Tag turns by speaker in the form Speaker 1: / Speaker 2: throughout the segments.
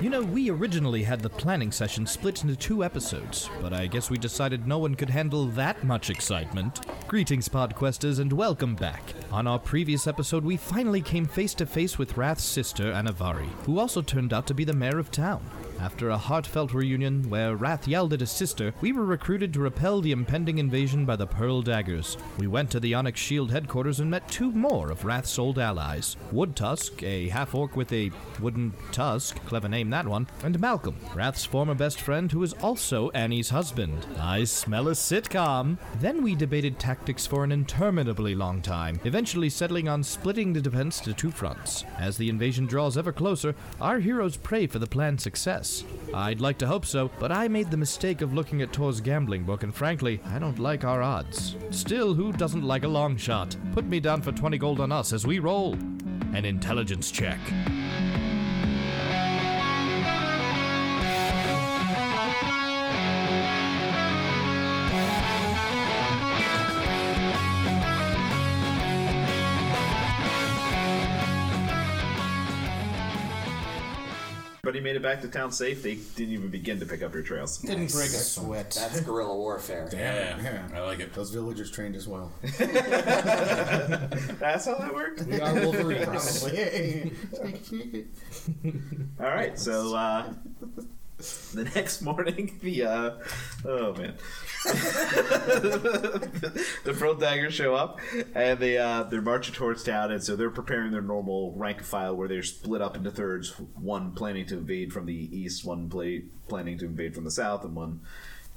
Speaker 1: You know, we originally had the planning session split into two episodes, but I guess we decided no one could handle that much excitement. Greetings, Podquesters, and welcome back. On our previous episode, we finally came face to face with Wrath's sister, Anavari, who also turned out to be the mayor of town. After a heartfelt reunion where Wrath yelled at his sister, we were recruited to repel the impending invasion by the Pearl Daggers. We went to the Onyx Shield headquarters and met two more of Wrath's old allies Woodtusk, a half orc with a wooden tusk, clever name that one, and Malcolm, Wrath's former best friend who is also Annie's husband. I smell a sitcom. Then we debated tactics for an interminably long time, eventually settling on splitting the defense to two fronts. As the invasion draws ever closer, our heroes pray for the plan's success. I'd like to hope so, but I made the mistake of looking at Tor's gambling book, and frankly, I don't like our odds. Still, who doesn't like a long shot? Put me down for 20 gold on us as we roll. An intelligence check.
Speaker 2: But he made it back to town safe. They didn't even begin to pick up your trails.
Speaker 3: Didn't break a sweat.
Speaker 4: That's guerrilla warfare.
Speaker 5: Yeah,
Speaker 3: Yeah.
Speaker 5: I like it.
Speaker 3: Those villagers trained as well.
Speaker 2: That's how that worked.
Speaker 3: We are Wolverine, probably.
Speaker 2: All right, so uh, the next morning, the uh, oh man, the Pearl Daggers show up and they uh, they're marching towards town, and so they're preparing their normal rank and file where they're split up into thirds. One planning to invade from the east, one play, planning to invade from the south, and one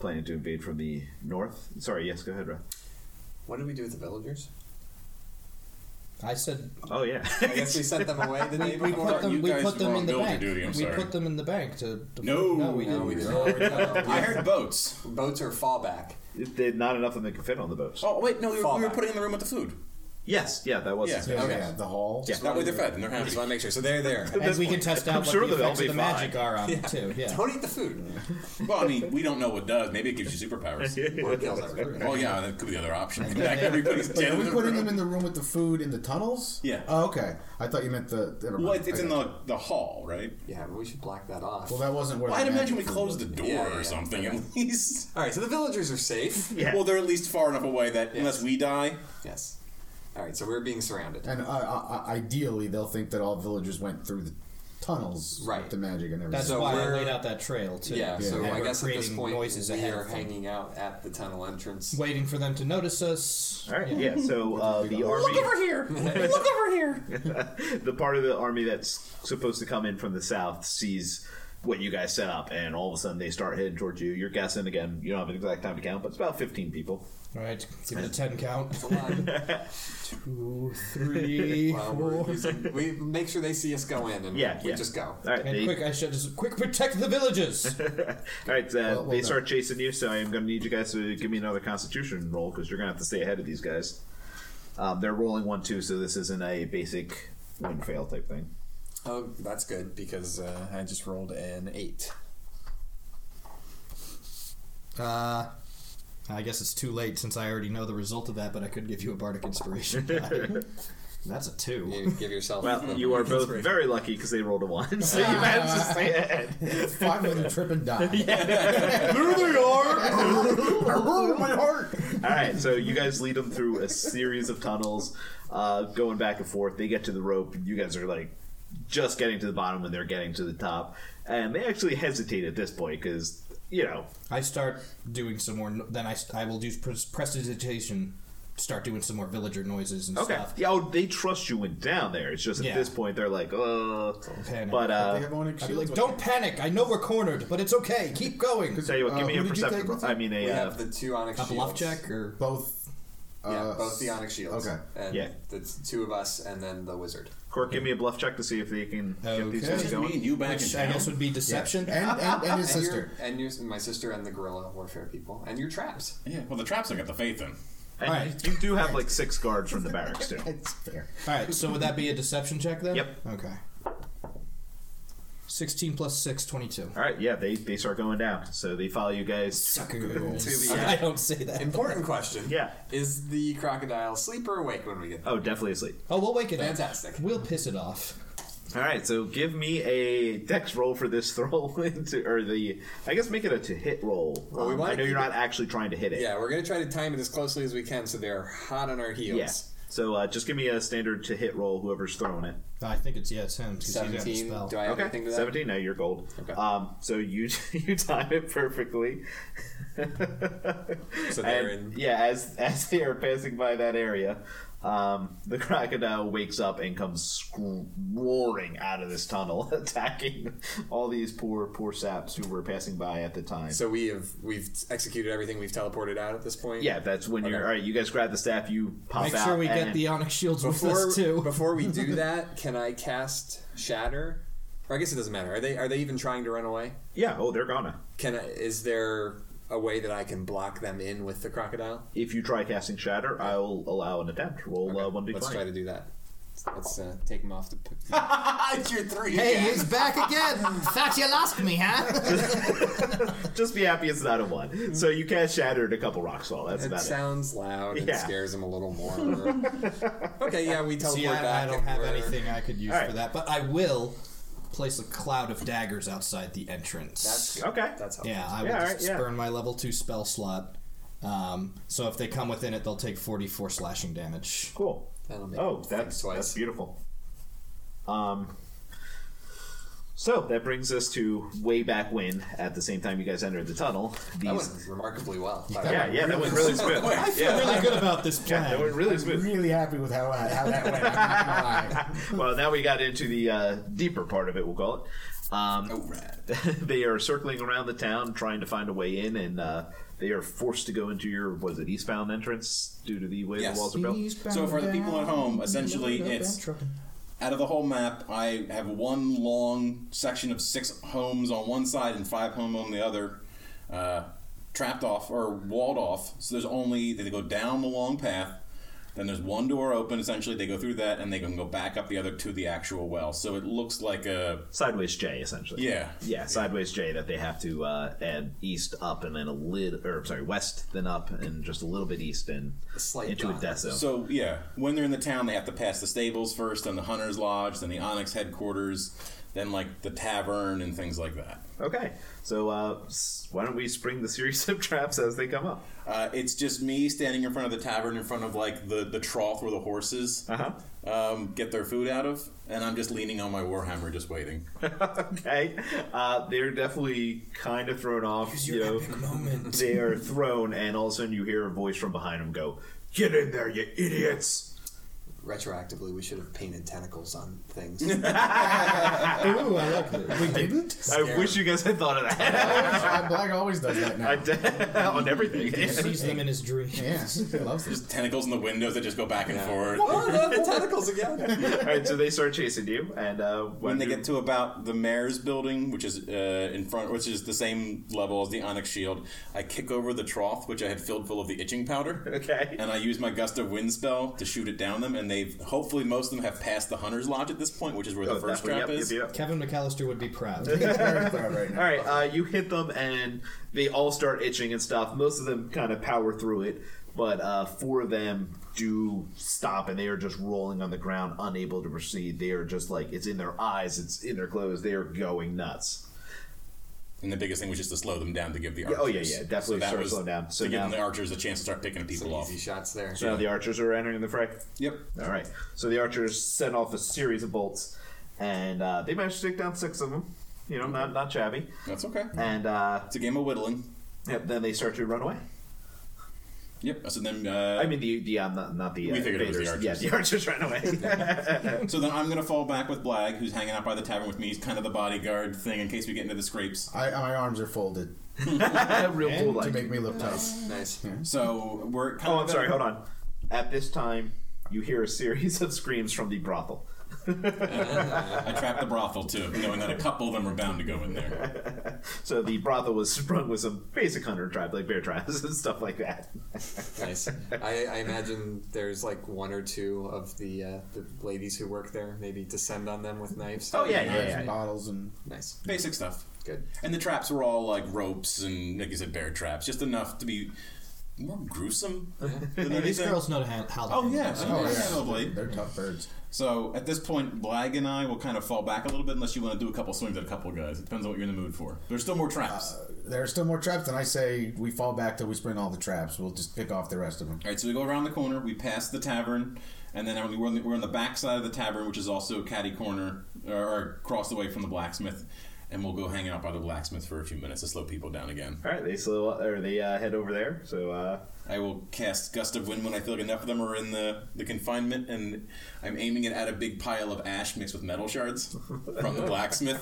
Speaker 2: planning to invade from the north. Sorry, yes, go ahead, Ra.
Speaker 4: What did we do with the villagers?
Speaker 6: I said
Speaker 2: Oh yeah,
Speaker 4: I guess we sent them away the day
Speaker 6: we put
Speaker 4: before.
Speaker 6: them.
Speaker 5: you
Speaker 6: We
Speaker 5: guys
Speaker 6: put them
Speaker 5: were on
Speaker 6: in the
Speaker 5: military
Speaker 6: bank.
Speaker 5: duty, I'm
Speaker 6: we
Speaker 5: sorry.
Speaker 6: put them in the bank to. to
Speaker 5: No,
Speaker 6: we didn't.
Speaker 4: we didn't.
Speaker 5: I heard boats.
Speaker 4: Boats are fallback.
Speaker 2: They- not enough of them can fit on the boats.
Speaker 5: Oh wait, no, we were, we were
Speaker 4: Fallback.
Speaker 5: putting in the room with the food.
Speaker 2: Yes, yeah, that was.
Speaker 5: Yeah.
Speaker 3: Yeah, yeah, the hall.
Speaker 2: Yeah.
Speaker 5: That way they're fed and they're happy.
Speaker 4: Just want to make sure. So they're there.
Speaker 6: And we can test out
Speaker 2: I'm
Speaker 6: what
Speaker 2: sure
Speaker 6: the
Speaker 2: they'll
Speaker 6: effects
Speaker 2: be
Speaker 6: of the magic
Speaker 2: fine.
Speaker 6: are on it too. Yeah.
Speaker 4: Don't eat the food.
Speaker 5: Well, I mean, we don't know what does. Maybe it gives you superpowers.
Speaker 4: Or it kills everyone.
Speaker 5: Oh yeah, that could be the other option. Come back, everybody's
Speaker 3: Wait,
Speaker 5: dead.
Speaker 3: are
Speaker 5: in
Speaker 3: we
Speaker 5: the
Speaker 3: putting
Speaker 5: room.
Speaker 3: them in the room with the food in the tunnels?
Speaker 5: Yeah.
Speaker 3: Oh, okay. I thought you meant the. Never mind.
Speaker 5: Well, it's, it's
Speaker 3: I
Speaker 5: in
Speaker 3: got
Speaker 5: the the hall, right?
Speaker 4: Yeah, but we should block that off.
Speaker 3: you. Well, that wasn't where.
Speaker 5: Well, I'd
Speaker 3: the
Speaker 5: imagine we
Speaker 3: magic food
Speaker 5: close the
Speaker 3: was.
Speaker 5: door
Speaker 4: Yeah, yeah,
Speaker 5: or
Speaker 4: yeah.
Speaker 5: something at least.
Speaker 4: All right, so the villagers are safe.
Speaker 2: Yeah.
Speaker 5: Well, they're at least far enough away that unless we die,
Speaker 4: Yes. All right, so we're being surrounded.
Speaker 3: And uh, uh, uh, ideally, they'll think that all villagers went through the tunnels
Speaker 4: Right.
Speaker 3: with the magic and everything.
Speaker 6: That's
Speaker 4: So
Speaker 6: why I
Speaker 4: we're-
Speaker 6: laid out that trail too.
Speaker 4: Yeah, so
Speaker 6: And
Speaker 4: I
Speaker 6: we're
Speaker 4: guess at this
Speaker 6: creating
Speaker 4: point
Speaker 6: noises
Speaker 4: we
Speaker 6: ahead
Speaker 4: are
Speaker 6: of them,
Speaker 4: hanging out at the tunnel entrance.
Speaker 6: waiting for them to notice us.
Speaker 2: All right, yeah. So uh, the army.
Speaker 5: here. Look over here.
Speaker 2: the part of the army that's supposed to come in from the south sees what you guys set up, and all of a sudden they start heading towards you. You're guessing again. You don't have an exact time to count, but it's about 15 people.
Speaker 6: All right, give it a ten count.
Speaker 4: It's a lot.
Speaker 6: Two, three,
Speaker 4: Well, we're
Speaker 6: four.
Speaker 4: using- we make sure they see us go in, and
Speaker 2: Yeah,
Speaker 4: we
Speaker 2: yeah.
Speaker 4: just go.
Speaker 2: All right,
Speaker 6: And
Speaker 2: they,
Speaker 6: quick, I should just quick protect the villages.
Speaker 2: all right. Uh,
Speaker 3: well,
Speaker 2: they
Speaker 3: no.
Speaker 2: start chasing you, so I'm going to need you guys to give me another Constitution roll because you're going to have to stay ahead of these guys. Um, they're rolling one two, so this isn't a basic win fail type thing.
Speaker 4: Oh, that's good because uh, I just rolled an eight.
Speaker 6: Uh, I guess it's too late since I already know the result of that, but I could give you a bardic inspiration. die. That's a two.
Speaker 4: You give yourself.
Speaker 2: Well, you are both very lucky because they rolled a one, so you managed to stay ahead.
Speaker 3: Five of them trip and die.
Speaker 2: there they are.
Speaker 3: Oh, my heart!
Speaker 2: All right, so you guys lead them through a series of tunnels, uh, going back and forth. They get to the rope, and you guys are like just getting to the bottom, and they're getting to the top. And they actually hesitate at this point because you know,
Speaker 6: I start doing some more. no- Then I, s- I will do pres- prestidigitation. Start doing some more villager noises and stuff.
Speaker 2: yeah, oh, they trust you when down there. It's just at
Speaker 6: Yeah.
Speaker 2: this point they're like, oh,
Speaker 6: Panic.
Speaker 2: but
Speaker 3: They
Speaker 2: uh,
Speaker 3: have onyx
Speaker 6: I'd be
Speaker 3: shields
Speaker 6: like,
Speaker 3: with
Speaker 6: don't panic. I know we're cornered, but it's okay. Keep going.
Speaker 2: tell you what, give
Speaker 3: uh,
Speaker 2: me a
Speaker 3: who did you
Speaker 2: perception.
Speaker 3: take
Speaker 2: roll.
Speaker 3: with
Speaker 2: I mean,
Speaker 4: We
Speaker 2: a uh,
Speaker 4: have the two onyx
Speaker 6: a bluff
Speaker 4: shields.
Speaker 6: check or
Speaker 3: both. Uh,
Speaker 4: Yeah, both the onyx shields.
Speaker 3: Okay.
Speaker 4: And
Speaker 2: Yeah.
Speaker 4: the two of us, and then the wizard.
Speaker 2: Cork, give me a bluff check to see if they can get these
Speaker 6: Okay.
Speaker 2: guys
Speaker 5: Just me
Speaker 2: going.
Speaker 5: and you back in
Speaker 6: which I
Speaker 5: town.
Speaker 6: guess would be deception.
Speaker 3: And, and, and his
Speaker 4: And your-
Speaker 3: sister.
Speaker 4: and your, my sister, and the guerrilla warfare people, and your traps.
Speaker 5: Yeah. Well, the traps I got the faith in.
Speaker 2: And
Speaker 6: Alright.
Speaker 2: You do have like six guards from the barracks too.
Speaker 3: It's fair.
Speaker 6: All right, so would that be a deception check then?
Speaker 2: Yep.
Speaker 6: Okay. 16 plus 6, 22.
Speaker 2: All right, yeah, they they start going down, so they follow you guys.
Speaker 6: Suckers.
Speaker 2: To the-
Speaker 6: I don't say that.
Speaker 4: Important question.
Speaker 2: Yeah.
Speaker 4: Is the crocodile sleep or awake when we get there?
Speaker 2: Oh, definitely asleep.
Speaker 6: Oh, we'll wake it up.
Speaker 4: Fantastic.
Speaker 6: We'll piss it off.
Speaker 2: All right, so give me a dex roll for this throw into, or the, I guess make it a to hit roll.
Speaker 4: Well, we
Speaker 2: Um,
Speaker 4: wanna
Speaker 2: I know you're
Speaker 4: keep
Speaker 2: not actually trying to hit it.
Speaker 4: Yeah, we're gonna try to time it as closely as we can so they're hot on our heels.
Speaker 2: Yeah. So uh, just give me a standard to hit roll, whoever's throwing it.
Speaker 1: I think it's yeah, it's him because he's got the
Speaker 4: Seventeen.
Speaker 1: spell.
Speaker 4: Do I have anything to that?
Speaker 2: 17, no, you're gold.
Speaker 4: Okay.
Speaker 2: Um, so you you time it perfectly.
Speaker 4: So they're
Speaker 2: And,
Speaker 4: in.
Speaker 2: Yeah, as, as they are passing by that area, um, the crocodile wakes up and comes scr- roaring out of this tunnel, attacking all these poor, poor saps who were passing by at the time.
Speaker 4: So we have we've executed everything. We've teleported out at this point.
Speaker 2: yeah, that's when you're.
Speaker 4: Okay.
Speaker 2: All right, you guys grab the staff, you pop
Speaker 1: Make
Speaker 2: out.
Speaker 1: sure we get
Speaker 2: and-
Speaker 6: uh,
Speaker 1: the onyx shields with
Speaker 4: Before
Speaker 1: us too.
Speaker 4: before we do that, can I cast Shatter? Or I guess it doesn't matter. Are they are they even trying to run away?
Speaker 2: Yeah, oh, they're gonna.
Speaker 4: Can I, is there a way that I can block them in with the crocodile?
Speaker 2: If you try casting Shatter, I'll allow an attempt. Roll uh, one d
Speaker 4: Let's try to do that. Let's uh, take them off the.
Speaker 5: it's your three.
Speaker 1: Hey, he's back again. Thought you lost me, huh?
Speaker 2: Just be happy it's not a one. So you cast Shatter and a couple rocks fall. That's
Speaker 4: It
Speaker 2: about it.
Speaker 4: sounds loud and
Speaker 2: Yeah.
Speaker 4: scares them a little more. okay, yeah, we teleport
Speaker 1: See, I,
Speaker 4: back.
Speaker 1: I don't
Speaker 4: and
Speaker 1: have
Speaker 4: we're-
Speaker 1: anything I could use
Speaker 2: All right.
Speaker 1: for that, but I will place a cloud of daggers outside the entrance.
Speaker 4: That's good.
Speaker 2: Okay.
Speaker 4: That's helpful.
Speaker 1: yeah, I will
Speaker 2: Yeah, all
Speaker 1: just
Speaker 2: right, yeah.
Speaker 1: burn my level two spell slot. Um, so if they come within it, they'll take forty-four slashing damage.
Speaker 2: Cool.
Speaker 4: That'll make
Speaker 2: Oh,
Speaker 4: me think
Speaker 2: that's
Speaker 4: twice.
Speaker 2: that's beautiful. Um. So that brings us to way back when. At the same time, you guys entered the tunnel.
Speaker 4: That
Speaker 2: These,
Speaker 4: went remarkably well.
Speaker 2: yeah, yeah, that went really smooth.
Speaker 1: I feel
Speaker 2: Yeah,
Speaker 1: really good about this
Speaker 2: yeah, that
Speaker 1: plan.
Speaker 2: went really
Speaker 3: I'm
Speaker 2: smooth.
Speaker 3: really happy with how, I, how that went. I'm not gonna lie.
Speaker 2: Well, now we got into the uh, deeper part of it. We'll call it. Um,
Speaker 5: Oh, rad.
Speaker 2: they are circling around the town, trying to find a way in, and uh, they are forced to go into your was it eastbound entrance due to the way
Speaker 5: Yes.
Speaker 2: the walls are built.
Speaker 5: So for the people at home, essentially, it's out of the whole map. I have one long section of six homes on one side and five homes on the other, uh, trapped off or walled off. So there's only they go down the long path. Then there's one door open. Essentially, they go through that and they can go back up the other to the actual well. So it looks like a
Speaker 2: Sideways J, essentially.
Speaker 5: yeah.
Speaker 2: Yeah, sideways J that they have to uh, add east up and then a little, or sorry, west then up and just a little bit east and
Speaker 4: slight
Speaker 2: into a
Speaker 4: dot.
Speaker 2: death zone.
Speaker 5: So yeah, when they're in the town, they have to pass the stables first, then the hunters' lodge, then the Onyx headquarters, then like the tavern and things like that.
Speaker 2: okay, so uh, s- why don't we spring the series of traps as they come up?
Speaker 5: Uh, it's just me standing in front of the tavern, in front of like the, the trough where the horses
Speaker 2: Uh-huh.
Speaker 5: um, get their food out of, and I'm just leaning on my warhammer, just waiting.
Speaker 2: Okay, uh, they're definitely kind of thrown off. you know, they are thrown, and all of a sudden you hear a voice from behind them go, "Get in there, you idiots!"
Speaker 4: Retroactively, we should have painted tentacles on things.
Speaker 1: Ooh, I like this.
Speaker 3: We didn't? uh,
Speaker 2: I wish you guys had thought of that
Speaker 3: Black always does that now.
Speaker 2: I did- on everything.
Speaker 1: He sees them in his dream.
Speaker 3: Yeah, he loves it.
Speaker 5: Tentacles in the windows that just go back and forth.
Speaker 4: oh, no, the tentacles again.
Speaker 2: all right, so they start chasing you, and uh,
Speaker 5: When they get to about the mayor's building, which is uh, in front, which is the same level as the Onyx Shield, I kick over the trough, which I had filled full of the itching powder.
Speaker 2: Okay.
Speaker 5: And I use my gust of wind spell to shoot it down them, and they've hopefully most of them have passed the hunter's lodge at this point, which is
Speaker 2: oh,
Speaker 5: where the first trap is.
Speaker 1: Kevin McAllister would be proud.
Speaker 3: Very proud right now.
Speaker 2: All right, uh, you hit them, and they all start itching and stuff. Most of them kind of power through it, but uh, four of them do stop, and they are just rolling on the ground, unable to proceed. They are just like it's in their eyes, it's in their clothes. They are going nuts.
Speaker 5: And the biggest thing was just to slow them down to give the
Speaker 2: Yeah,
Speaker 5: archers.
Speaker 2: oh, yeah, yeah, definitely
Speaker 5: that
Speaker 2: start
Speaker 5: was
Speaker 2: slowing down. So
Speaker 5: to give
Speaker 2: now-
Speaker 5: the archers a chance to start picking people off.
Speaker 4: Easy shots there.
Speaker 2: So now the archers are entering the fray.
Speaker 5: Yep.
Speaker 2: All right, so the archers send off a series of bolts, and uh, they managed to take down six of them. You know, not not shabby.
Speaker 5: That's okay.
Speaker 2: And uh,
Speaker 5: It's a game of whittling.
Speaker 2: yep, then they start to run away.
Speaker 5: Yep. So then, uh,
Speaker 2: I mean, the the um, not, not the
Speaker 5: We
Speaker 2: uh,
Speaker 5: figured it was the
Speaker 2: invaders.
Speaker 5: archers.
Speaker 2: Yeah, the archers ran away.
Speaker 5: so then I'm gonna fall back with Blag, who's hanging out by the tavern with me. He's kind of the bodyguard thing in case we get into the scrapes.
Speaker 3: I, my arms are folded
Speaker 2: Real cool.
Speaker 3: to
Speaker 2: Like,
Speaker 3: make me look tough.
Speaker 4: Nice.
Speaker 5: So we're. Kind
Speaker 2: oh,
Speaker 5: of
Speaker 2: I'm sorry. Hold on. At this time, you hear a series of screams from the brothel. Oh,
Speaker 5: I trapped the brothel too, knowing that a couple of them were bound to go in there.
Speaker 2: So the brothel was sprung with some basic hunter tribe, like bear traps and stuff like that.
Speaker 4: Nice. I, I imagine there's like one or two of the uh, the ladies who work there maybe descend on them with knives.
Speaker 2: Oh yeah, yeah,
Speaker 3: Knives
Speaker 2: yeah.
Speaker 3: and bottles and
Speaker 4: Nice.
Speaker 5: Basic stuff.
Speaker 4: Good.
Speaker 5: And the traps were all like ropes and, like you said, bear traps, just enough to be more gruesome. than
Speaker 1: These
Speaker 5: anything.
Speaker 1: girls know how, how to
Speaker 5: Oh
Speaker 1: handle
Speaker 5: yeah.
Speaker 1: it.
Speaker 5: so
Speaker 3: Oh,
Speaker 5: you
Speaker 3: yeah.
Speaker 5: handle a blade.
Speaker 3: they're tough birds.
Speaker 5: So at this point, Blag and I will kind of fall back a little bit unless you want to do a couple swings at a couple guys. It depends on what you're in the mood for. There's still more traps.
Speaker 3: There are still more traps, and I say we fall back till we spring all the traps. We'll just pick off the rest of them.
Speaker 5: All right, so we go around the corner, we pass the tavern, and then we're on the, we're on the back side of the tavern, which is also caddy corner or, or across the way from the blacksmith, and we'll go hang out by the blacksmith for a few minutes to slow people down again.
Speaker 2: All right, they slow or they uh, head over there. So uh,
Speaker 5: I will cast gust of wind when I feel like enough of them are in the, the confinement, and I'm aiming it at a big pile of ash mixed with metal shards from the blacksmith.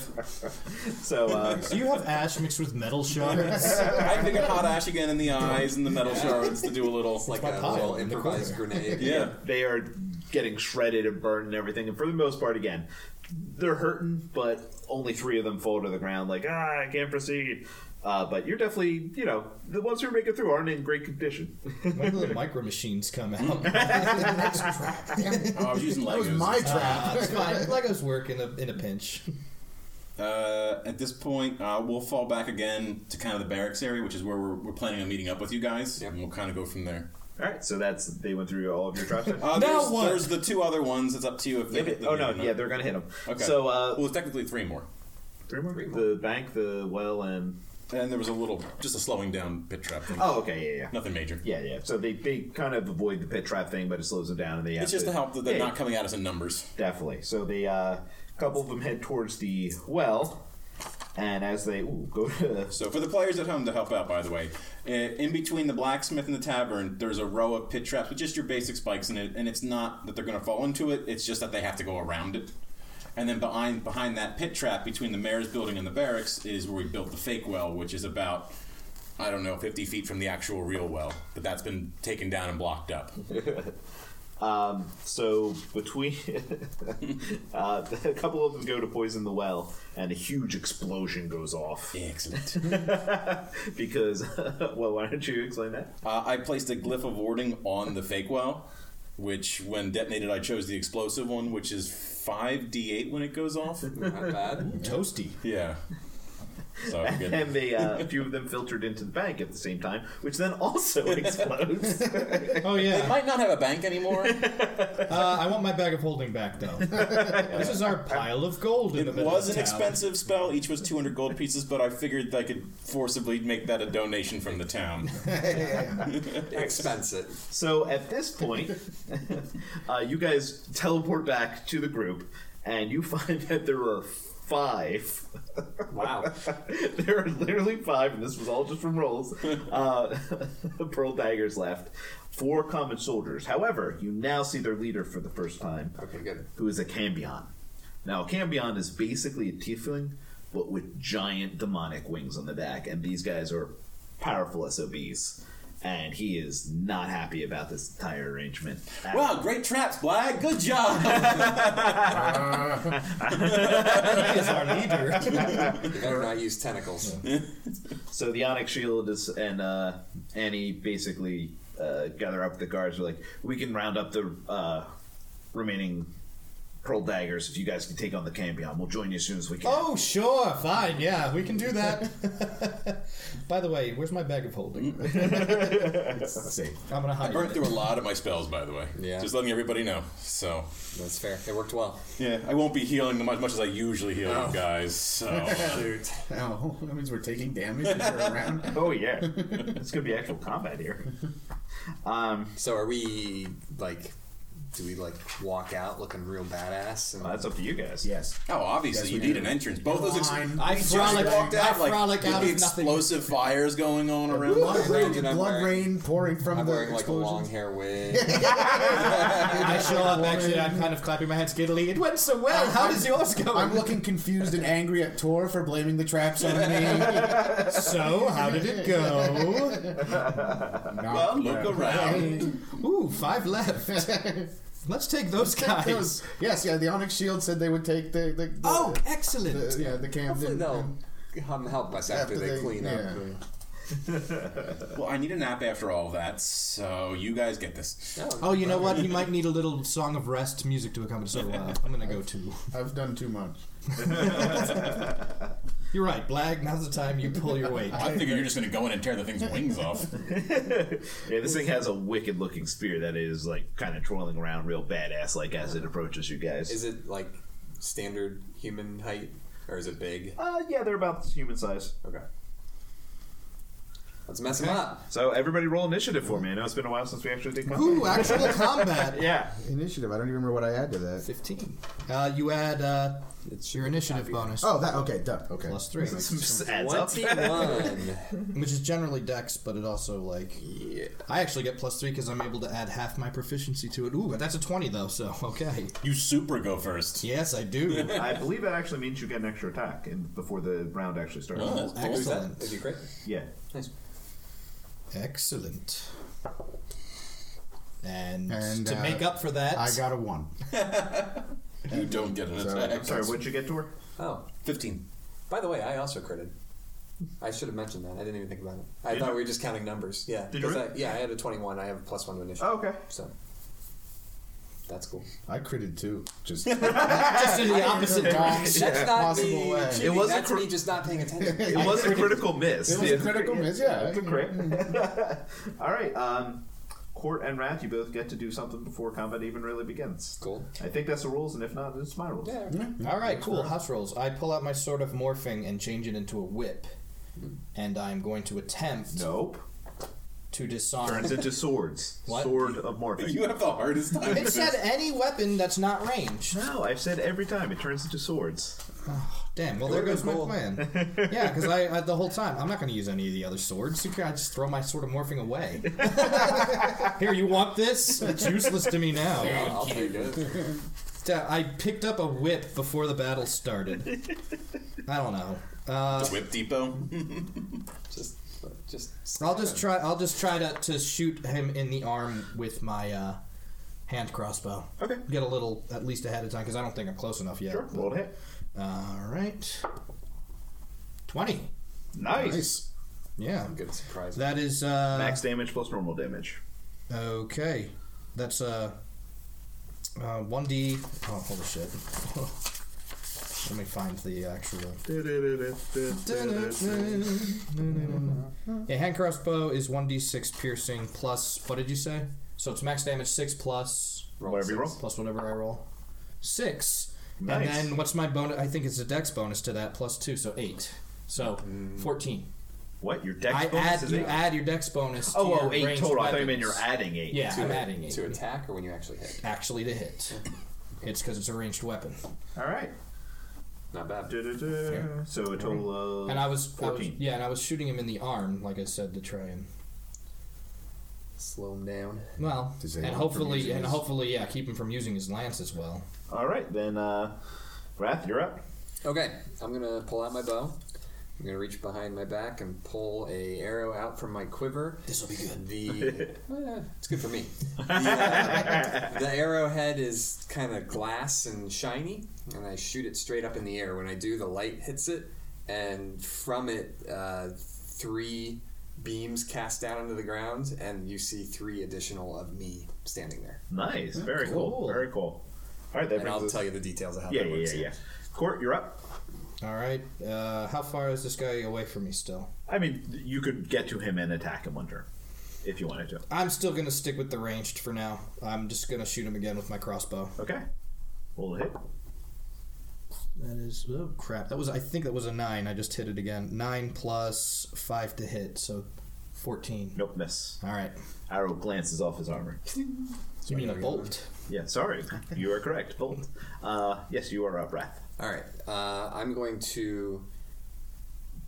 Speaker 2: so uh,
Speaker 1: Do you have ash mixed with metal shards?
Speaker 5: I pick up hot ash again in the eyes and the metal shards to do a little
Speaker 4: It's like a
Speaker 1: pile
Speaker 4: little
Speaker 1: in Oh, the
Speaker 4: improvised grenade.
Speaker 5: yeah.
Speaker 2: they are getting shredded and burned and everything. And for the most part, again, they're hurting, but only three of them fall to the ground. Like ah, I can't proceed. Uh, but you're definitely, you know, the ones who make it through aren't in great condition.
Speaker 1: when will the micro machines come out?
Speaker 5: Oh, I was using
Speaker 3: That was
Speaker 5: Legos.
Speaker 3: my trap.
Speaker 1: Ah, it's fine. Legos work in a in a pinch.
Speaker 5: Uh, at this point, uh, we'll fall back again to kind of the barracks area, which is where we're, we're planning on meeting up with you guys, and we'll kind of go from there.
Speaker 2: All right, so that's they went through all of your traps.
Speaker 5: Uh,
Speaker 1: Now
Speaker 5: there's,
Speaker 1: what?
Speaker 5: there's the two other ones. It's up to you if they hit them
Speaker 2: oh
Speaker 5: or
Speaker 2: no,
Speaker 5: not.
Speaker 2: yeah, they're gonna hit them.
Speaker 5: Okay.
Speaker 2: So uh,
Speaker 5: well, it's technically three more,
Speaker 2: three more? the bank, the well, and
Speaker 5: and there was a little, just a slowing down pit trap thing.
Speaker 2: oh, okay, yeah, yeah.
Speaker 5: Nothing major.
Speaker 2: Yeah, yeah. So they, they kind of avoid the pit trap thing, but it slows them down, and they have
Speaker 5: It's just to help that they're
Speaker 2: Yeah,
Speaker 5: not coming at us in numbers.
Speaker 2: definitely. So the uh, couple of them head towards the well, and as they ooh, go to
Speaker 5: So for the players at home to help out, by the way, uh, in between the blacksmith and the tavern, there's a row of pit traps with just your basic spikes in it, and it's not that they're going to fall into it; it's just that they have to go around it. And then behind behind that pit trap, between the mayor's building and the barracks, is where we built the fake well, which is about I don't know 50 feet from the actual real well, but that's been taken down and blocked up.
Speaker 2: so between uh, a couple of them go to poison the well, and a huge explosion goes off
Speaker 5: Excellent.
Speaker 2: because well, why don't you explain that?
Speaker 5: Uh, I placed a glyph of warding on the fake well, which, when detonated, I chose the explosive one, which is 5d8 when it goes off.
Speaker 4: Not bad.
Speaker 1: Toasty.
Speaker 5: Yeah. So I'm good.
Speaker 2: And they uh, a few of them filtered into the bank at the same time, which then also explodes.
Speaker 1: Oh
Speaker 5: They
Speaker 1: yeah.
Speaker 5: might not have a bank anymore. it
Speaker 1: Uh, I want my bag of holding back though. this is our pile of gold. In the middle
Speaker 5: was
Speaker 1: of
Speaker 5: an
Speaker 1: town.
Speaker 5: expensive spell. Each was 200 gold pieces, but I figured I could forcibly make that a donation from the town.
Speaker 4: Expense it.
Speaker 2: So at this point, uh, you guys teleport back to the group, and you find that there are five.
Speaker 4: Wow.
Speaker 2: there are literally five, and this was all just from rolls. Uh, pearl daggers left. Four common soldiers. However, you now see their leader for the first time,
Speaker 4: Okay, good.
Speaker 2: who is a Cambion. Now, a Cambion is basically a tiefling, but with giant demonic wings on the back, and these guys are powerful SOBs. And he is not happy about this entire arrangement. at all.
Speaker 5: Wow, great traps, Black. Good job.
Speaker 1: He is our leader.
Speaker 4: You better not use tentacles.
Speaker 2: So the Onyx Shield is, and uh, Annie basically uh, gather up the guards. We're like, we can round up the uh, remaining Pearl Daggers if you guys can take on the Cambion. We'll join you as soon as we can.
Speaker 1: oh sure, fine, yeah, we can do that. By the way, where's my bag of holding?
Speaker 3: Safe.
Speaker 1: I'm gonna hide.
Speaker 5: Burned
Speaker 1: it.
Speaker 5: through a lot of my spells, by the way.
Speaker 4: Yeah.
Speaker 5: Just letting everybody know. So,
Speaker 4: That's fair. It worked well.
Speaker 5: yeah, I won't be healing them as much as I usually heal
Speaker 1: Oh.
Speaker 5: you guys. So.
Speaker 4: Shoot.
Speaker 3: Oh, that means we're taking damage if we're around.
Speaker 2: Oh, yeah. it's going to be actual combat here. Um,
Speaker 4: So are we like? Do we like walk out looking real badass? And,
Speaker 2: that's up to you guys.
Speaker 3: Yes.
Speaker 5: Oh, obviously, you need an entrance. Both those ex-
Speaker 3: Line.
Speaker 1: I
Speaker 5: we just
Speaker 1: frolic-
Speaker 5: walked
Speaker 1: I
Speaker 5: out, like,
Speaker 1: frolic
Speaker 5: with
Speaker 1: out
Speaker 5: the
Speaker 1: of nothing.
Speaker 5: explosive fires going on around.
Speaker 3: Blood,
Speaker 4: I'm wearing-
Speaker 3: rain,
Speaker 4: I'm
Speaker 3: blood
Speaker 4: wearing-
Speaker 3: rain pouring from
Speaker 4: I'm
Speaker 3: the
Speaker 4: wearing like a long
Speaker 3: explosions.
Speaker 4: hair wig.
Speaker 1: I show up actually. I'm kind of clapping my hands giddily. It went so well. How does yours go?
Speaker 3: I'm looking confused and angry at Tor for blaming the traps on me.
Speaker 1: so how did it go?
Speaker 3: Not
Speaker 5: Well, look around.
Speaker 1: Ooh, five left. Let's take those guys.
Speaker 3: Those- yes, yeah. The Onyx Shield said they would take the. the, the
Speaker 1: Oh, excellent.
Speaker 3: the, yeah, the camp.
Speaker 4: Hopefully
Speaker 3: didn't-
Speaker 4: they'll come help us after,
Speaker 3: After
Speaker 4: they,
Speaker 3: they-
Speaker 4: clean up.
Speaker 5: Well, I need a nap after all that, so you guys get this.
Speaker 1: Oh, you know what? You might need a little song of rest music to accompany. So uh, I'm gonna go to.
Speaker 3: I've done too much.
Speaker 1: You're right, Blag. Now's the time you pull your weight.
Speaker 5: I figure you're just gonna go in and tear the thing's wings off.
Speaker 2: Yeah, this thing has a wicked looking spear that is like kind of twirling around real badass like as it approaches you guys.
Speaker 4: Is it like standard human height or is it big?
Speaker 2: uh, yeah, they're about human size.
Speaker 4: Okay. Let's mess him up.
Speaker 2: So everybody roll initiative for me. I know it's been a while since we actually did combat.
Speaker 1: Ooh, actual combat.
Speaker 2: Yeah.
Speaker 3: Initiative. I don't even remember what I add to that.
Speaker 1: Fifteen. Uh, you add uh, it's your initiative bonus
Speaker 3: Oh, that. Okay, duh. Okay.
Speaker 1: plus three,
Speaker 2: Adds up.
Speaker 4: 21.
Speaker 1: which is generally Dex, but it also like I actually get plus three because I'm able to add half my proficiency to it. Ooh, that's a twenty though. So okay.
Speaker 5: You super go first.
Speaker 1: Yes, I do.
Speaker 2: I believe that actually means you get an extra attack and before the round actually starts.
Speaker 5: Oh, that's cool.
Speaker 4: Who's that?
Speaker 1: Excellent.
Speaker 4: That'd be great.
Speaker 2: Yeah.
Speaker 4: Nice.
Speaker 1: Excellent. And,
Speaker 3: And,
Speaker 1: to
Speaker 3: uh,
Speaker 1: make up for that,
Speaker 3: I got a one.
Speaker 5: You don't get an
Speaker 3: Sorry.
Speaker 5: attack.
Speaker 2: I'm sorry, what'd you get to her?
Speaker 4: Oh,
Speaker 5: Fifteen.
Speaker 4: by the way, I also critted. I should have mentioned that. I didn't even think about it. I
Speaker 2: Did
Speaker 4: thought
Speaker 2: you?
Speaker 4: we were just counting numbers. Yeah.
Speaker 2: Did you
Speaker 4: 'cause
Speaker 2: really?
Speaker 4: I, yeah, I had a 21. I have a plus one to initiative.
Speaker 2: Oh, okay.
Speaker 4: So that's cool.
Speaker 3: I critted too. Just
Speaker 1: just in the opposite direction.
Speaker 4: That's not
Speaker 3: possible
Speaker 4: me.
Speaker 3: way.
Speaker 4: cheating.
Speaker 2: It was a
Speaker 4: that's
Speaker 2: cr-
Speaker 4: me just not paying attention.
Speaker 2: It was a critical miss.
Speaker 3: it was a critical miss. Yeah. Mm-hmm.
Speaker 2: It's a crit. All right. Um, Court and Wrath, you both get to do something before combat even really begins.
Speaker 4: cool.
Speaker 2: I think that's the rules, and if not, it's my rules.
Speaker 4: Yeah.
Speaker 1: All right, cool. House rolls. I pull out my sword of morphing and change it into a whip, and I'm going to attempt
Speaker 2: Nope.
Speaker 1: to
Speaker 2: Turns
Speaker 1: disarm.
Speaker 2: into swords.
Speaker 1: What?
Speaker 2: Sword of morphing.
Speaker 5: You have the hardest time.
Speaker 1: It said any weapon that's not ranged.
Speaker 2: No, I've said every time it turns into swords.
Speaker 1: Damn. Well, there goes my plan. Yeah, because I, I the whole time I'm not going to use any of the other swords. You can I just throw my sword of morphing away. Here, you want this? It's useless to me now.
Speaker 4: I'll take it.
Speaker 1: Da- I picked up a whip before the battle started. I don't know. Uh,
Speaker 5: Whip Depot.
Speaker 4: Just, just.
Speaker 1: I'll just try. I'll just try to, to shoot him in the arm with my uh, hand crossbow.
Speaker 2: Okay.
Speaker 1: Get a little at least ahead of time because I don't think I'm close enough yet.
Speaker 2: Sure. Roll to hit.
Speaker 1: All right. Twenty.
Speaker 2: Nice.
Speaker 3: Nice.
Speaker 1: Yeah.
Speaker 4: I'm good at surprise.
Speaker 1: That is uh,
Speaker 2: Max damage plus normal damage.
Speaker 1: Okay. That's uh, uh, one D. Oh, holy shit. Let me find the actual. Yeah, hand crossbow is 1d6 piercing plus, what did you say? So it's max damage 6 plus,
Speaker 2: Whatever you roll.
Speaker 1: plus whatever I roll. 6.
Speaker 2: Nice.
Speaker 1: And then what's my bonus? I think it's a dex bonus to that, plus 2, so 8. So
Speaker 2: Mm.
Speaker 1: 14.
Speaker 2: What? Your dex
Speaker 1: I
Speaker 2: bonus
Speaker 1: add,
Speaker 2: is
Speaker 1: you
Speaker 2: eight?
Speaker 1: add your dex bonus to
Speaker 2: oh,
Speaker 1: your
Speaker 2: oh, eight
Speaker 1: ranged
Speaker 2: total. I thought you meant
Speaker 1: weapons.
Speaker 2: you're adding eight.
Speaker 1: Yeah,
Speaker 4: To-
Speaker 1: I'm adding 8.
Speaker 4: To attack or when you actually hit?
Speaker 1: Actually to hit. It's because it's a ranged weapon.
Speaker 2: All right.
Speaker 4: Not bad.
Speaker 2: Da-da-da. So a total of.
Speaker 1: And I was, I was
Speaker 2: 14.
Speaker 1: yeah, and I was shooting him in the arm, like I said, to try and
Speaker 4: Slow him down.
Speaker 1: well,
Speaker 3: To save
Speaker 1: and
Speaker 3: him from
Speaker 1: hopefully,
Speaker 3: using
Speaker 1: and
Speaker 3: his-
Speaker 1: hopefully, yeah, keep him from using his lance as well.
Speaker 2: All right, then, uh, Wrath, you're up.
Speaker 4: Okay, I'm gonna pull out my bow. I'm gonna reach behind my back and pull a arrow out from my quiver.
Speaker 1: This will be good.
Speaker 4: The Eh, it's good for me. The, uh, the arrowhead is kind of glass and shiny, and I shoot it straight up in the air. When I do, the light hits it, and from it, uh, three beams cast down into the ground, and you see three additional of me standing there.
Speaker 2: Nice. Very cool.
Speaker 1: Oh, Cool.
Speaker 2: Very cool. All right, that
Speaker 4: And
Speaker 2: brings
Speaker 4: I'll
Speaker 2: us.
Speaker 4: tell you the details of how
Speaker 2: yeah,
Speaker 4: that
Speaker 2: yeah,
Speaker 4: works.
Speaker 2: yeah, yeah. Court, you're up.
Speaker 1: All right, uh, how far is this guy away from me still?
Speaker 2: I mean, you could get to him and attack him under, if you wanted to.
Speaker 1: I'm still gonna stick with the ranged for now. I'm just gonna shoot him again with my crossbow.
Speaker 2: Okay. Roll a hit.
Speaker 1: That is oh crap. That was I think that was a nine. I just hit it again. Nine plus five to hit, so fourteen.
Speaker 2: Nope, miss.
Speaker 1: All right,
Speaker 2: Arrow glances off his armor.
Speaker 1: you mean a bolt?
Speaker 2: Yeah, sorry. you are correct. Bolt. Uh, yes, you are up, Wrath.
Speaker 4: All right, uh, I'm going to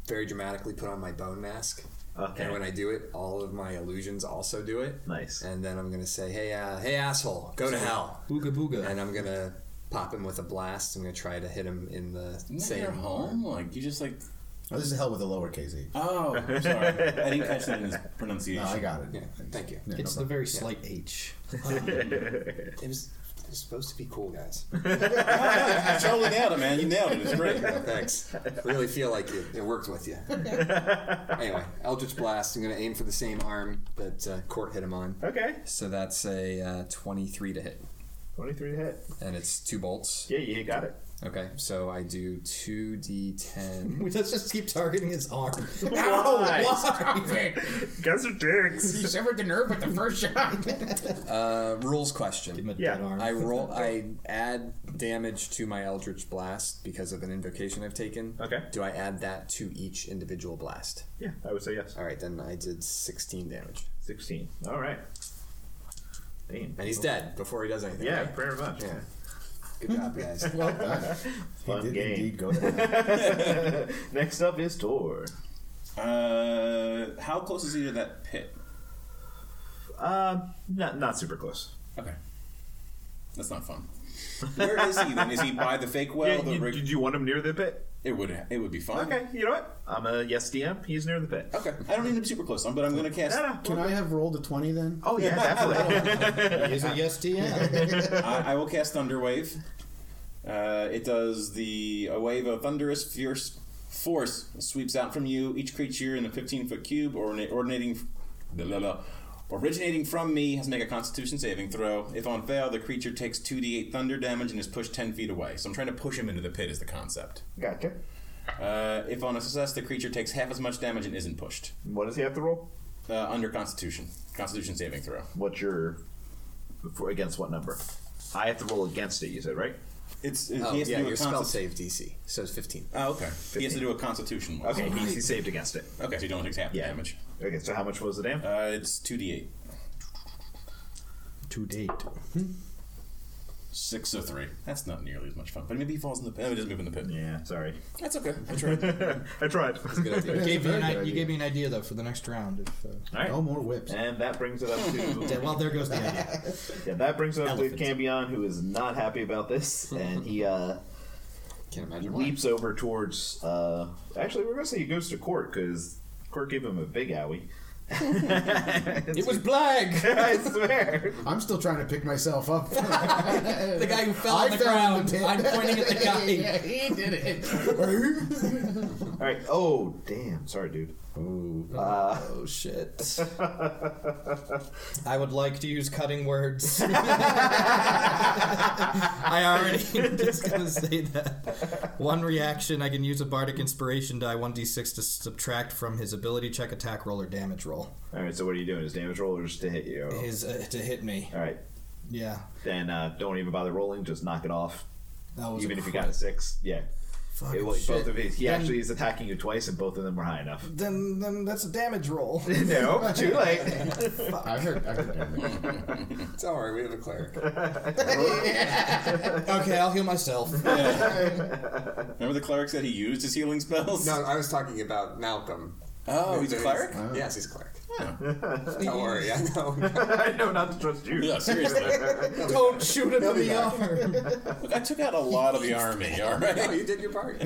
Speaker 4: very dramatically put on my bone mask,
Speaker 2: Okay.
Speaker 4: and when I do it, all of my illusions also do it.
Speaker 2: Nice.
Speaker 4: And then I'm gonna say, "Hey, uh, hey, asshole, go to hell!"
Speaker 1: Booga booga.
Speaker 4: And I'm gonna pop him with a blast. I'm gonna try to hit him in the
Speaker 5: Isn't that
Speaker 4: same.
Speaker 5: your home? Like you just like.
Speaker 3: Oh, this is hell with a lowercase e.
Speaker 5: Oh, sorry. I didn't catch that in his
Speaker 3: No, I
Speaker 5: pronunciation.
Speaker 3: got it.
Speaker 4: Yeah, thank you.
Speaker 3: Yeah, no
Speaker 1: It's the
Speaker 3: problem.
Speaker 1: very slight H.
Speaker 4: It was, it was supposed to be cool, guys.
Speaker 5: I totally nailed it, man. You nailed it. It's great.
Speaker 4: Thanks. Really feel like it, it worked with you. anyway, Eldritch Blast. I'm gonna aim for the same arm that uh, Court hit him on.
Speaker 2: Okay.
Speaker 4: So that's a uh, 23 to hit.
Speaker 2: Twenty-three to hit.
Speaker 4: and it's two bolts.
Speaker 2: Yeah, you got it.
Speaker 4: Okay, so I do two d10.
Speaker 6: Let's just keep targeting his arm.
Speaker 2: Why?
Speaker 3: Why?
Speaker 2: Guys are dicks.
Speaker 3: you severed the nerve with the first shot.
Speaker 4: Uh, rules question.
Speaker 2: Yeah.
Speaker 4: I roll. I add damage to my Eldritch Blast because of an invocation I've taken.
Speaker 2: Okay.
Speaker 4: Do I add that to each individual blast?
Speaker 2: Yeah, I would say yes.
Speaker 4: All right, then I did 16 damage,
Speaker 2: Sixteen. All right. Damn.
Speaker 4: and he's dead before he does anything.
Speaker 2: Yeah,
Speaker 4: right?
Speaker 2: pretty much.
Speaker 4: Yeah. Good job, guys.
Speaker 3: well done.
Speaker 2: Fun
Speaker 3: he did
Speaker 2: game.
Speaker 3: indeed go down.
Speaker 2: Next up is Tor.
Speaker 5: Uh, how close is he to that pit?
Speaker 2: Um, not not super close.
Speaker 5: Okay. That's not fun. Where is he then? Is he by the fake well?
Speaker 2: yeah,
Speaker 5: the
Speaker 2: you,
Speaker 5: rig-
Speaker 2: did you want him near the pit?
Speaker 5: it would it would be fun.
Speaker 2: Okay, you know what? I'm a yes DM. He's near the pit.
Speaker 5: Okay. I don't need him super close, but I'm gonna cast.
Speaker 2: No, no.
Speaker 3: Can I have rolled a 20 then?
Speaker 2: Oh yeah, definitely.
Speaker 6: He's a yes DM.
Speaker 5: I, I will cast Thunderwave. Uh, it does the a wave of thunderous fierce force sweeps out from you. Each creature in a 15 foot cube or orna- ordinating, blah, blah, blah. originating from me has to make a Constitution saving throw. If on fail, the creature takes 2d8 thunder damage and is pushed 10 feet away. So I'm trying to push him into the pit. Is the concept.
Speaker 2: gotcha.
Speaker 5: Uh, if on a success, the creature takes half as much damage and isn't pushed.
Speaker 2: What does he have to roll?
Speaker 5: Uh, under Constitution, Constitution saving throw.
Speaker 2: What's your for against what number? I have to roll against it. You said right?
Speaker 5: It's it,
Speaker 4: Oh,
Speaker 5: he has
Speaker 4: yeah,
Speaker 5: to do
Speaker 4: your
Speaker 5: a
Speaker 4: spell
Speaker 5: consti-
Speaker 4: save DC, so it's 15.
Speaker 5: Oh, okay. He has to do a Constitution. One.
Speaker 2: Okay, he, he saved against it.
Speaker 5: Okay, so you don't take half the
Speaker 2: Yeah.
Speaker 5: damage.
Speaker 2: Okay, so how much was the damage?
Speaker 5: Uh, it's 2d8.
Speaker 6: to date. Hmm.
Speaker 5: 6 or 3. That's not nearly as much fun. But maybe he falls in the pit. Oh, he doesn't move in the pit.
Speaker 2: Yeah, sorry.
Speaker 5: That's okay. I tried.
Speaker 2: I tried.
Speaker 6: You gave, me an,
Speaker 3: Very
Speaker 6: i-
Speaker 3: good
Speaker 6: you
Speaker 3: idea.
Speaker 6: gave me an idea though for the next round. If, uh,
Speaker 2: All right.
Speaker 3: No more whips.
Speaker 2: And that brings it up
Speaker 6: yeah,
Speaker 2: to
Speaker 6: well, there goes the idea.
Speaker 2: yeah, that brings it up
Speaker 6: Elephant.
Speaker 2: to Cambion, who is not happy about this, and he uh,
Speaker 4: Can't imagine why.
Speaker 2: leaps over towards. Uh, actually, we're gonna say he goes to court because court gave him a big owie.
Speaker 6: It was Blag,
Speaker 2: I swear.
Speaker 3: I'm still trying to pick myself up.
Speaker 6: the guy who fell
Speaker 3: I
Speaker 6: on the
Speaker 3: fell in
Speaker 6: ground.
Speaker 3: the pit.
Speaker 6: I'm pointing at the guy.
Speaker 3: yeah, he did it.
Speaker 2: All right. Oh, damn. Sorry, dude. Uh,
Speaker 6: Oh shit! I would like to use cutting words. I already just gonna say that. One reaction, I can use a bardic inspiration die one d six to subtract from his ability check, attack roll, or damage roll.
Speaker 2: All right. So what are you doing? Is damage roll or just to hit you?
Speaker 6: His uh, to hit me.
Speaker 2: All right.
Speaker 6: Yeah,
Speaker 2: Then uh, don't even bother rolling. Just knock it off.
Speaker 6: that was
Speaker 2: Even
Speaker 6: a
Speaker 2: if you got a six, yeah.
Speaker 6: fucking
Speaker 2: It was both
Speaker 6: shit.
Speaker 2: of his. He
Speaker 6: Then-
Speaker 2: actually is attacking you twice, and both of them were high enough.
Speaker 6: Then, then that's a damage roll.
Speaker 2: no, too late.
Speaker 3: I heard. I heard everything.
Speaker 7: It's all right. We have a cleric.
Speaker 6: okay, I'll heal myself.
Speaker 5: Remember the cleric said he used his healing spells?
Speaker 7: No, I was talking about Malcolm.
Speaker 5: Oh, he's a cleric?
Speaker 7: Yes, he's a cleric. Don't worry. I know.
Speaker 2: I know not to trust you.
Speaker 5: Yeah, seriously.
Speaker 6: Don't shoot him in the arm.
Speaker 5: Look, I took out a lot of the army,
Speaker 7: No,
Speaker 5: alright?
Speaker 7: you did your part.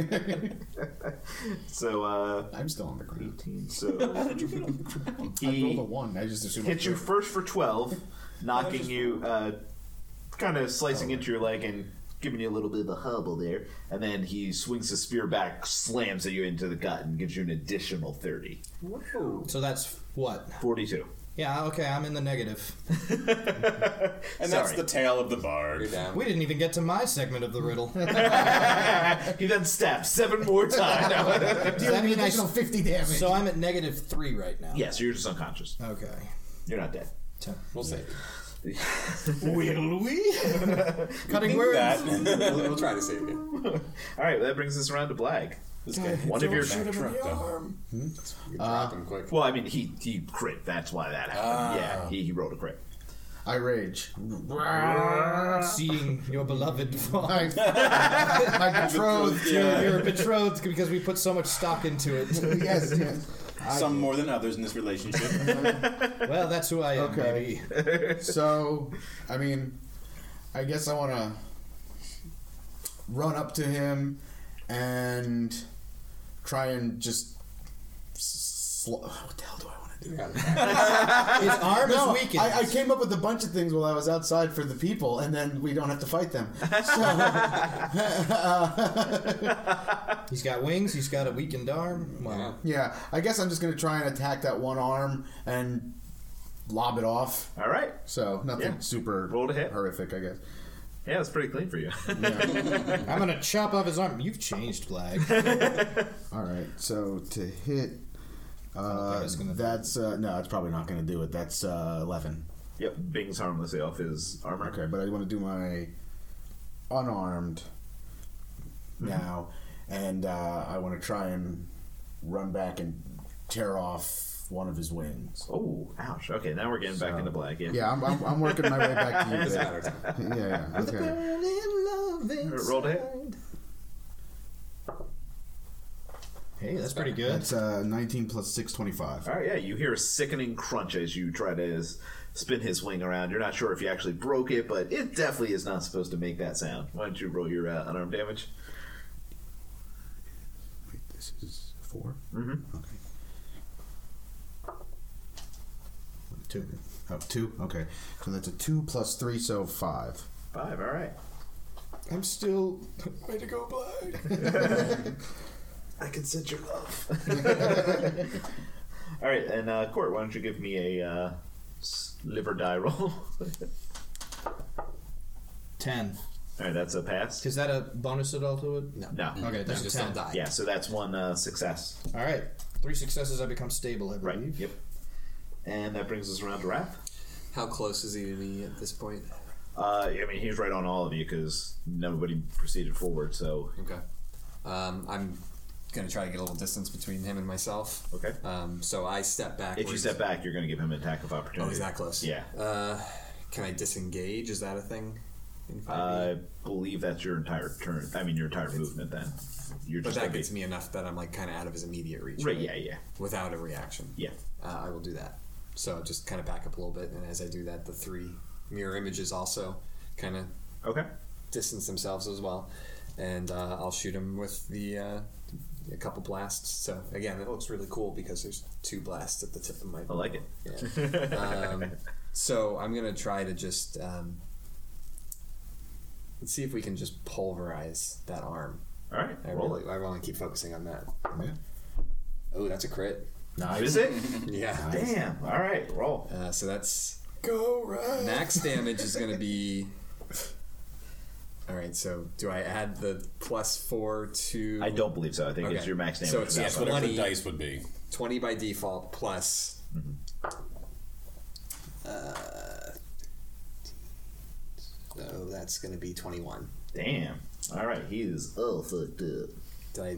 Speaker 2: So, uh,
Speaker 3: I'm still on the ground.
Speaker 2: so
Speaker 3: I rolled a
Speaker 2: he
Speaker 3: one. I just assumed. I
Speaker 2: hits you
Speaker 3: threw
Speaker 2: first for twelve, knocking you, uh, kind of slicing into your leg and giving you a little bit of a hobble there. And then he swings his spear back, slams at you into the gut, and gives you an additional 30.
Speaker 6: So that's what?
Speaker 2: 42.
Speaker 6: Yeah, okay, I'm in the negative.
Speaker 5: And that's
Speaker 2: Sorry.
Speaker 5: the tale of the
Speaker 7: You're
Speaker 5: bard.
Speaker 7: down.
Speaker 6: We didn't even get to my segment of the riddle. Does
Speaker 2: He then stabs seven more times.
Speaker 6: that
Speaker 3: an
Speaker 6: mean I-
Speaker 3: additional 50 damage.
Speaker 6: so I'm at negative three right now.
Speaker 2: yes, you're just unconscious.
Speaker 6: Okay.
Speaker 2: You're not dead.
Speaker 6: Ten.
Speaker 7: We'll save. you.
Speaker 2: Will we?
Speaker 6: Cutting words.
Speaker 5: That.
Speaker 7: We'll, we'll try to save you.
Speaker 2: All right, well, that brings us around to Blag.
Speaker 5: This guy.
Speaker 2: One of your
Speaker 7: You drop him quick.
Speaker 2: Well, I mean, he he crit. That's why that happened. yeah, he, he rolled a crit.
Speaker 3: I rage.
Speaker 6: Seeing your beloved fall.
Speaker 3: I, my betrothed.
Speaker 5: Yeah.
Speaker 6: You're betrothed because we put so much stock into it.
Speaker 3: Yes, yes.
Speaker 5: Some more than others in this relationship.
Speaker 6: Well, that's who I am,
Speaker 3: Okay.
Speaker 6: baby.
Speaker 3: So, I mean, I guess I want to run up to him and try and just. Sl- what the hell do I want to do?
Speaker 7: You got it.
Speaker 6: His arm
Speaker 3: No,
Speaker 6: is weakened.
Speaker 3: I, I came up with a bunch of things while I was outside for the people, and then we don't have to fight them. So,
Speaker 6: he's got wings, he's got a weakened arm.
Speaker 7: Yeah.
Speaker 6: Well,
Speaker 3: yeah, I guess I'm just gonna try and attack that one arm and lob it off.
Speaker 2: All right,
Speaker 3: So nothing
Speaker 2: Yeah.
Speaker 3: super
Speaker 2: Roll to hit.
Speaker 3: horrific, I guess.
Speaker 2: Yeah, that's pretty clean for you.
Speaker 1: I'm gonna chop off his arm. You've changed, Black.
Speaker 3: All right, so to hit, uh,
Speaker 1: it's gonna do
Speaker 3: that's uh, no, it's probably not going to do it. That's uh, eleven.
Speaker 2: yep, Bing's harmlessly off his armor.
Speaker 3: Okay, but I want to do my unarmed
Speaker 2: Mm-hmm.
Speaker 3: now, and uh, I want to try and run back and tear off one of his wings.
Speaker 2: Oh, ouch. Okay, now we're getting back
Speaker 3: So-
Speaker 2: into black. Yeah.
Speaker 3: Yeah, I'm, I'm, I'm working my way back to you. Dave. yeah, yeah, okay.
Speaker 2: Roll to hit.
Speaker 1: Hey, that's pretty good.
Speaker 3: That's uh, 19 plus 6, 25.
Speaker 2: All right, yeah, you hear a sickening crunch as you try to s- spin his wing around. You're not sure if you actually broke it, but it definitely is not supposed to make that sound. Why don't you roll your uh, unarmed damage?
Speaker 3: Wait, this is 4?
Speaker 2: Mhm.
Speaker 3: Okay. Two. Oh, two? Okay. So that's a 2 plus 3, so 5.
Speaker 2: Five, all right.
Speaker 3: I'm still.
Speaker 8: Way to go, Black.
Speaker 2: I consent your love. all right, and uh, Court, why don't you give me a uh, s- live or die roll? all
Speaker 1: Ten.
Speaker 2: right, that's a pass.
Speaker 1: Is that a bonus at all to it?
Speaker 2: No.
Speaker 1: Okay, that's
Speaker 4: just
Speaker 1: a
Speaker 4: don't
Speaker 1: ten.
Speaker 4: die.
Speaker 2: Yeah, so that's one uh, success.
Speaker 1: All right, three successes. I become stable. I
Speaker 2: Right,
Speaker 1: believe.
Speaker 2: yep. And that brings us around to Wrath.
Speaker 4: How close is he to me at this point?
Speaker 2: Uh, I mean, he's right on all of you because nobody proceeded forward, so.
Speaker 4: Okay. Um, I'm gonna try to get a little distance between him and myself.
Speaker 2: Okay.
Speaker 4: Um, so I step back.
Speaker 2: If you step back, you're going to give him an attack of opportunity.
Speaker 4: oh, he's that close.
Speaker 2: Yeah.
Speaker 4: Uh, can I disengage? Is that a thing? In 5e?
Speaker 2: I believe that's your entire turn. I mean, your entire movement then. You're
Speaker 4: but
Speaker 2: just
Speaker 4: that
Speaker 2: gonna be-
Speaker 4: gets me enough that I'm like kind of out of his immediate reach.
Speaker 2: Right, yeah, yeah.
Speaker 4: Without a reaction.
Speaker 2: Yeah.
Speaker 4: Uh, I will do that. So just kind of back up a little bit, and as I do that, the three mirror images also kind of
Speaker 2: Okay.
Speaker 4: distance themselves as well, and uh, I'll shoot them with the uh, a couple blasts. So again, it looks really cool because there's two blasts at the tip of my.
Speaker 2: I like it.
Speaker 4: Yeah. um, so I'm gonna try to just um, let's see if we can just pulverize that arm.
Speaker 2: All right.
Speaker 4: I
Speaker 2: roll
Speaker 4: really, I want to keep focusing on that. Oh, that's a crit.
Speaker 2: it. Is it?
Speaker 4: Yeah.
Speaker 2: Damn. All right. Roll.
Speaker 4: Uh, so that's
Speaker 3: Go right!
Speaker 4: max damage is going to be. All right, so do I add the plus four to
Speaker 2: I don't believe so. I think it's
Speaker 4: Okay.
Speaker 2: your max damage.
Speaker 4: So it's-
Speaker 2: for
Speaker 4: yeah,
Speaker 2: that
Speaker 4: it's
Speaker 2: one.
Speaker 5: Whatever
Speaker 4: Twenty.
Speaker 5: the dice would be.
Speaker 4: twenty by default plus? Uh, so that's going to be twenty-one.
Speaker 2: Damn. All right. He is all Oh, fucked up.
Speaker 4: Did I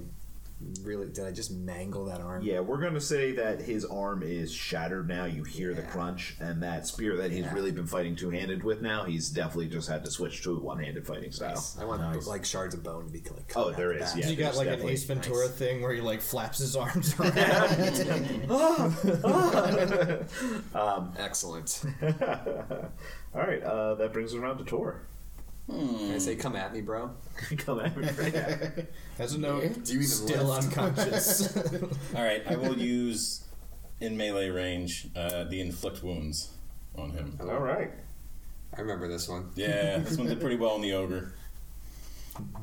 Speaker 4: really? Did I just mangle that arm?
Speaker 2: Yeah, we're gonna say that his arm is shattered now. You hear the
Speaker 4: Yeah.
Speaker 2: crunch, and that spear that he's
Speaker 4: Yeah.
Speaker 2: really been fighting two-handed with now, he's definitely just had to switch to a one-handed fighting style.
Speaker 4: I want like shards of bone to be like.
Speaker 2: Oh,
Speaker 4: coming out
Speaker 2: there
Speaker 4: the
Speaker 2: is.
Speaker 4: back.
Speaker 2: Yeah,
Speaker 1: You got
Speaker 2: there's
Speaker 1: like an
Speaker 2: definitely-
Speaker 1: Ace Ventura thing where he like flaps his arms around.
Speaker 4: Excellent.
Speaker 2: All right, uh, that brings us around to Tor.
Speaker 4: Can I say, "Come at me, bro"?
Speaker 2: Come at me.
Speaker 1: As a note,
Speaker 4: Do you even
Speaker 1: still
Speaker 4: lift?
Speaker 1: unconscious.
Speaker 5: All right, I will use in melee range uh, the inflict wounds on him.
Speaker 2: All right.
Speaker 4: I remember this one.
Speaker 5: Yeah, this one did pretty well on the ogre.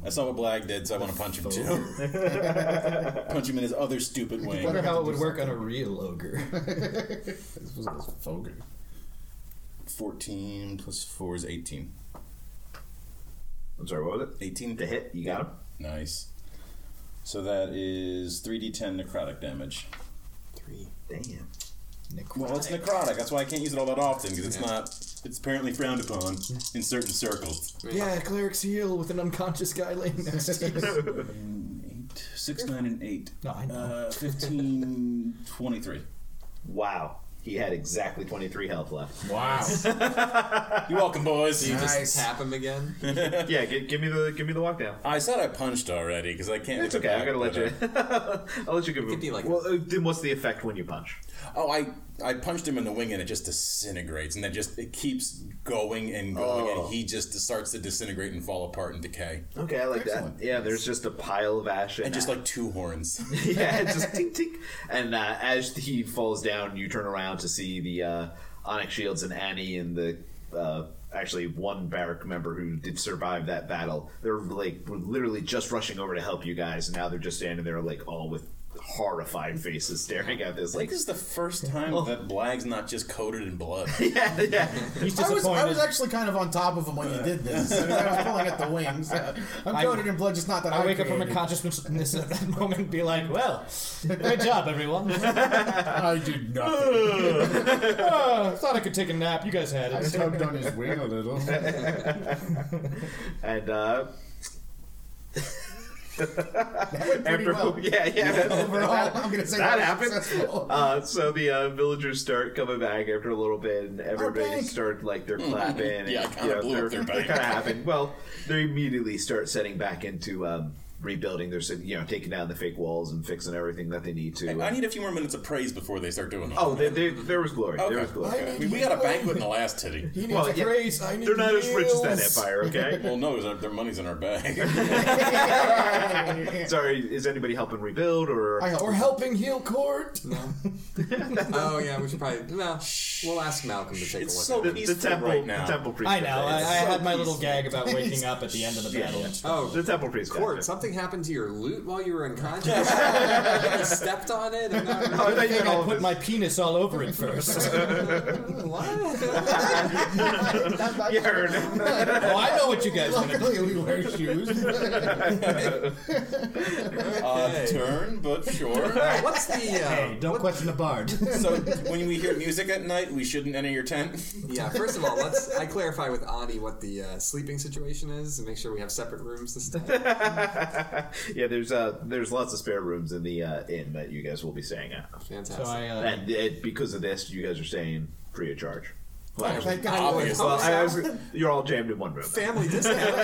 Speaker 5: I saw what Blag did, so I want to punch him too. punch him in his other stupid wing.
Speaker 1: Wonder how it would work on a real ogre.
Speaker 3: This was a Fogger.
Speaker 5: 14 plus 4 is 18.
Speaker 2: I'm sorry. What was it?
Speaker 5: 18
Speaker 2: To hit. You got him.
Speaker 5: Nice. So that is 3d10 necrotic damage.
Speaker 4: Three.
Speaker 2: Damn.
Speaker 5: Well, it's necrotic. That's why I can't use it all that often because it's not. It's apparently frowned upon in certain circles.
Speaker 1: yeah, clerics heal with an unconscious guy laying next to you.
Speaker 5: Eight, six, nine, and eight.
Speaker 1: No, I know.
Speaker 5: Uh, 15, 23.
Speaker 2: Wow. He had exactly 23 health left.
Speaker 3: Wow.
Speaker 5: You're welcome, boys.
Speaker 3: nice.
Speaker 4: Tap him again.
Speaker 2: yeah. Gi- give me the give me the walk down.
Speaker 5: I said I punched already because I can't.
Speaker 2: It's
Speaker 5: look
Speaker 2: okay. I'm
Speaker 5: back,
Speaker 2: gonna let
Speaker 5: but,
Speaker 2: you. I'll let you give him.
Speaker 4: could be like-
Speaker 2: well, uh, then what's the effect when you punch?
Speaker 5: uh, Oh, I I punched him in the wing and it just disintegrates and then just it keeps going and going
Speaker 2: Oh.
Speaker 5: and he just starts to disintegrate and fall apart and decay
Speaker 2: Okay, I like that. Yeah, there's just a pile of ash
Speaker 5: and just like two horns.
Speaker 2: yeah, it's just tink tink. And uh, as he falls down, you turn around to see the uh, Onyx Shields and Annie and the uh, actually one barrack member who did survive that battle. They're like were literally just rushing over to help you guys, and now they're just standing there like all with horrified faces staring at this.
Speaker 5: I
Speaker 2: Like,
Speaker 5: think this is the first time
Speaker 2: Oh.
Speaker 5: that Blag's not just coated in blood.
Speaker 2: yeah, yeah.
Speaker 6: He's
Speaker 3: I was,
Speaker 6: disappointed.
Speaker 3: I was actually kind of on top of him when you did this. I, mean, I was pulling at the wings. I'm coated in blood, just not that I,
Speaker 6: I wake up from a
Speaker 3: created.
Speaker 6: consciousness at that moment and be like, well, great job, everyone.
Speaker 3: I did nothing.
Speaker 6: Oh, thought I could take a nap. You guys had
Speaker 3: I
Speaker 6: it.
Speaker 3: tugged on his wing a little.
Speaker 2: and uh,
Speaker 3: Pretty
Speaker 2: after
Speaker 3: well.
Speaker 2: yeah, yeah,
Speaker 3: Overall, I'm gonna say
Speaker 2: that
Speaker 3: that was
Speaker 2: happened.
Speaker 3: successful.
Speaker 2: Uh, so the uh, villagers start coming back after a little bit, and everybody
Speaker 3: bank.
Speaker 2: start like they're clapping. and,
Speaker 5: Hmm. Yeah, I kinda blew up their bank.
Speaker 2: Kind of happened. Well, they immediately start setting back into um, rebuilding their city. You know, taking down the fake walls and fixing everything that they need to.
Speaker 5: I need a few more minutes of praise before they start doing all
Speaker 2: oh, they, they, there was glory.
Speaker 5: Okay.
Speaker 2: There was glory.
Speaker 5: I mean, we got a banquet in the last titty.
Speaker 3: He needs
Speaker 2: Well,
Speaker 3: a
Speaker 2: yeah,
Speaker 3: praise. I need
Speaker 2: They're not as rich as that
Speaker 3: meals.
Speaker 2: empire, okay?
Speaker 5: Well, no, their- their money's in our bag.
Speaker 2: Sorry, is anybody helping rebuild or?
Speaker 3: I help.
Speaker 6: Or helping heal court.
Speaker 4: oh yeah, we should probably no. We'll ask Malcolm to take a
Speaker 5: It's
Speaker 4: look. at
Speaker 5: so
Speaker 4: it.
Speaker 2: the, the
Speaker 5: peaceful
Speaker 2: temple,
Speaker 5: right now.
Speaker 2: the temple priest.
Speaker 6: I know. I, I
Speaker 2: It's-
Speaker 6: had my little gag about waking up at the end of the battle and stuff.
Speaker 4: Oh,
Speaker 2: the temple priest.
Speaker 4: Court, something happened to your loot while you were unconscious. you stepped on it. And not
Speaker 2: Oh, I thought you
Speaker 6: I
Speaker 2: meant
Speaker 6: think I
Speaker 2: all of
Speaker 6: put
Speaker 2: this.
Speaker 6: my penis all over it first.
Speaker 4: what?
Speaker 2: Yeah, I heard.
Speaker 6: oh, I know what you guys want to do.
Speaker 3: Luckily, we wear shoes.
Speaker 5: Odd Uh, turn, but sure.
Speaker 4: What's the? Uh,
Speaker 6: Hey, don't question the bard.
Speaker 5: so when we hear music at night, we shouldn't enter your tent.
Speaker 4: Yeah, first of all, let's I clarify with Ani what the uh, sleeping situation is and make sure we have separate rooms this time.
Speaker 2: yeah, there's uh, there's lots of spare rooms in the uh, inn that you guys will be staying at,
Speaker 6: So
Speaker 4: Fantastic.
Speaker 6: I, uh,
Speaker 2: and it, because of this, you guys are staying free of charge. Well,
Speaker 3: Thank God.
Speaker 6: Oh,
Speaker 5: Obviously.
Speaker 2: well, I- I was- you're all jammed in one room.
Speaker 4: Family discount.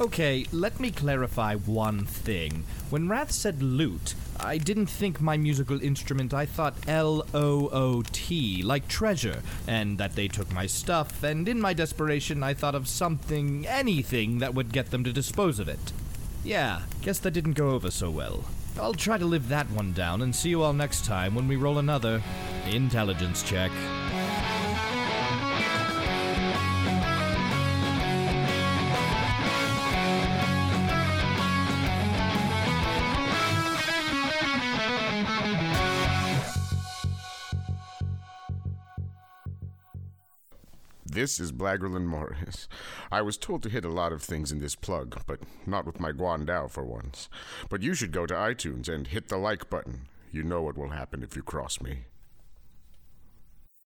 Speaker 1: Okay, let me clarify one thing. When Rath said loot, I didn't think my musical instrument, I thought L O O T, like treasure, and that they took my stuff, and in my desperation, I thought of something, anything, that would get them to dispose of it. Yeah, guess that didn't go over so well. I'll try to live that one down and see you all next time when we roll another intelligence check.
Speaker 9: This is Blagerlin Morris. I was told to hit a lot of things in this plug, but not with my Guandao for once. But you should go to iTunes and hit the like button. You know what will happen if you cross me.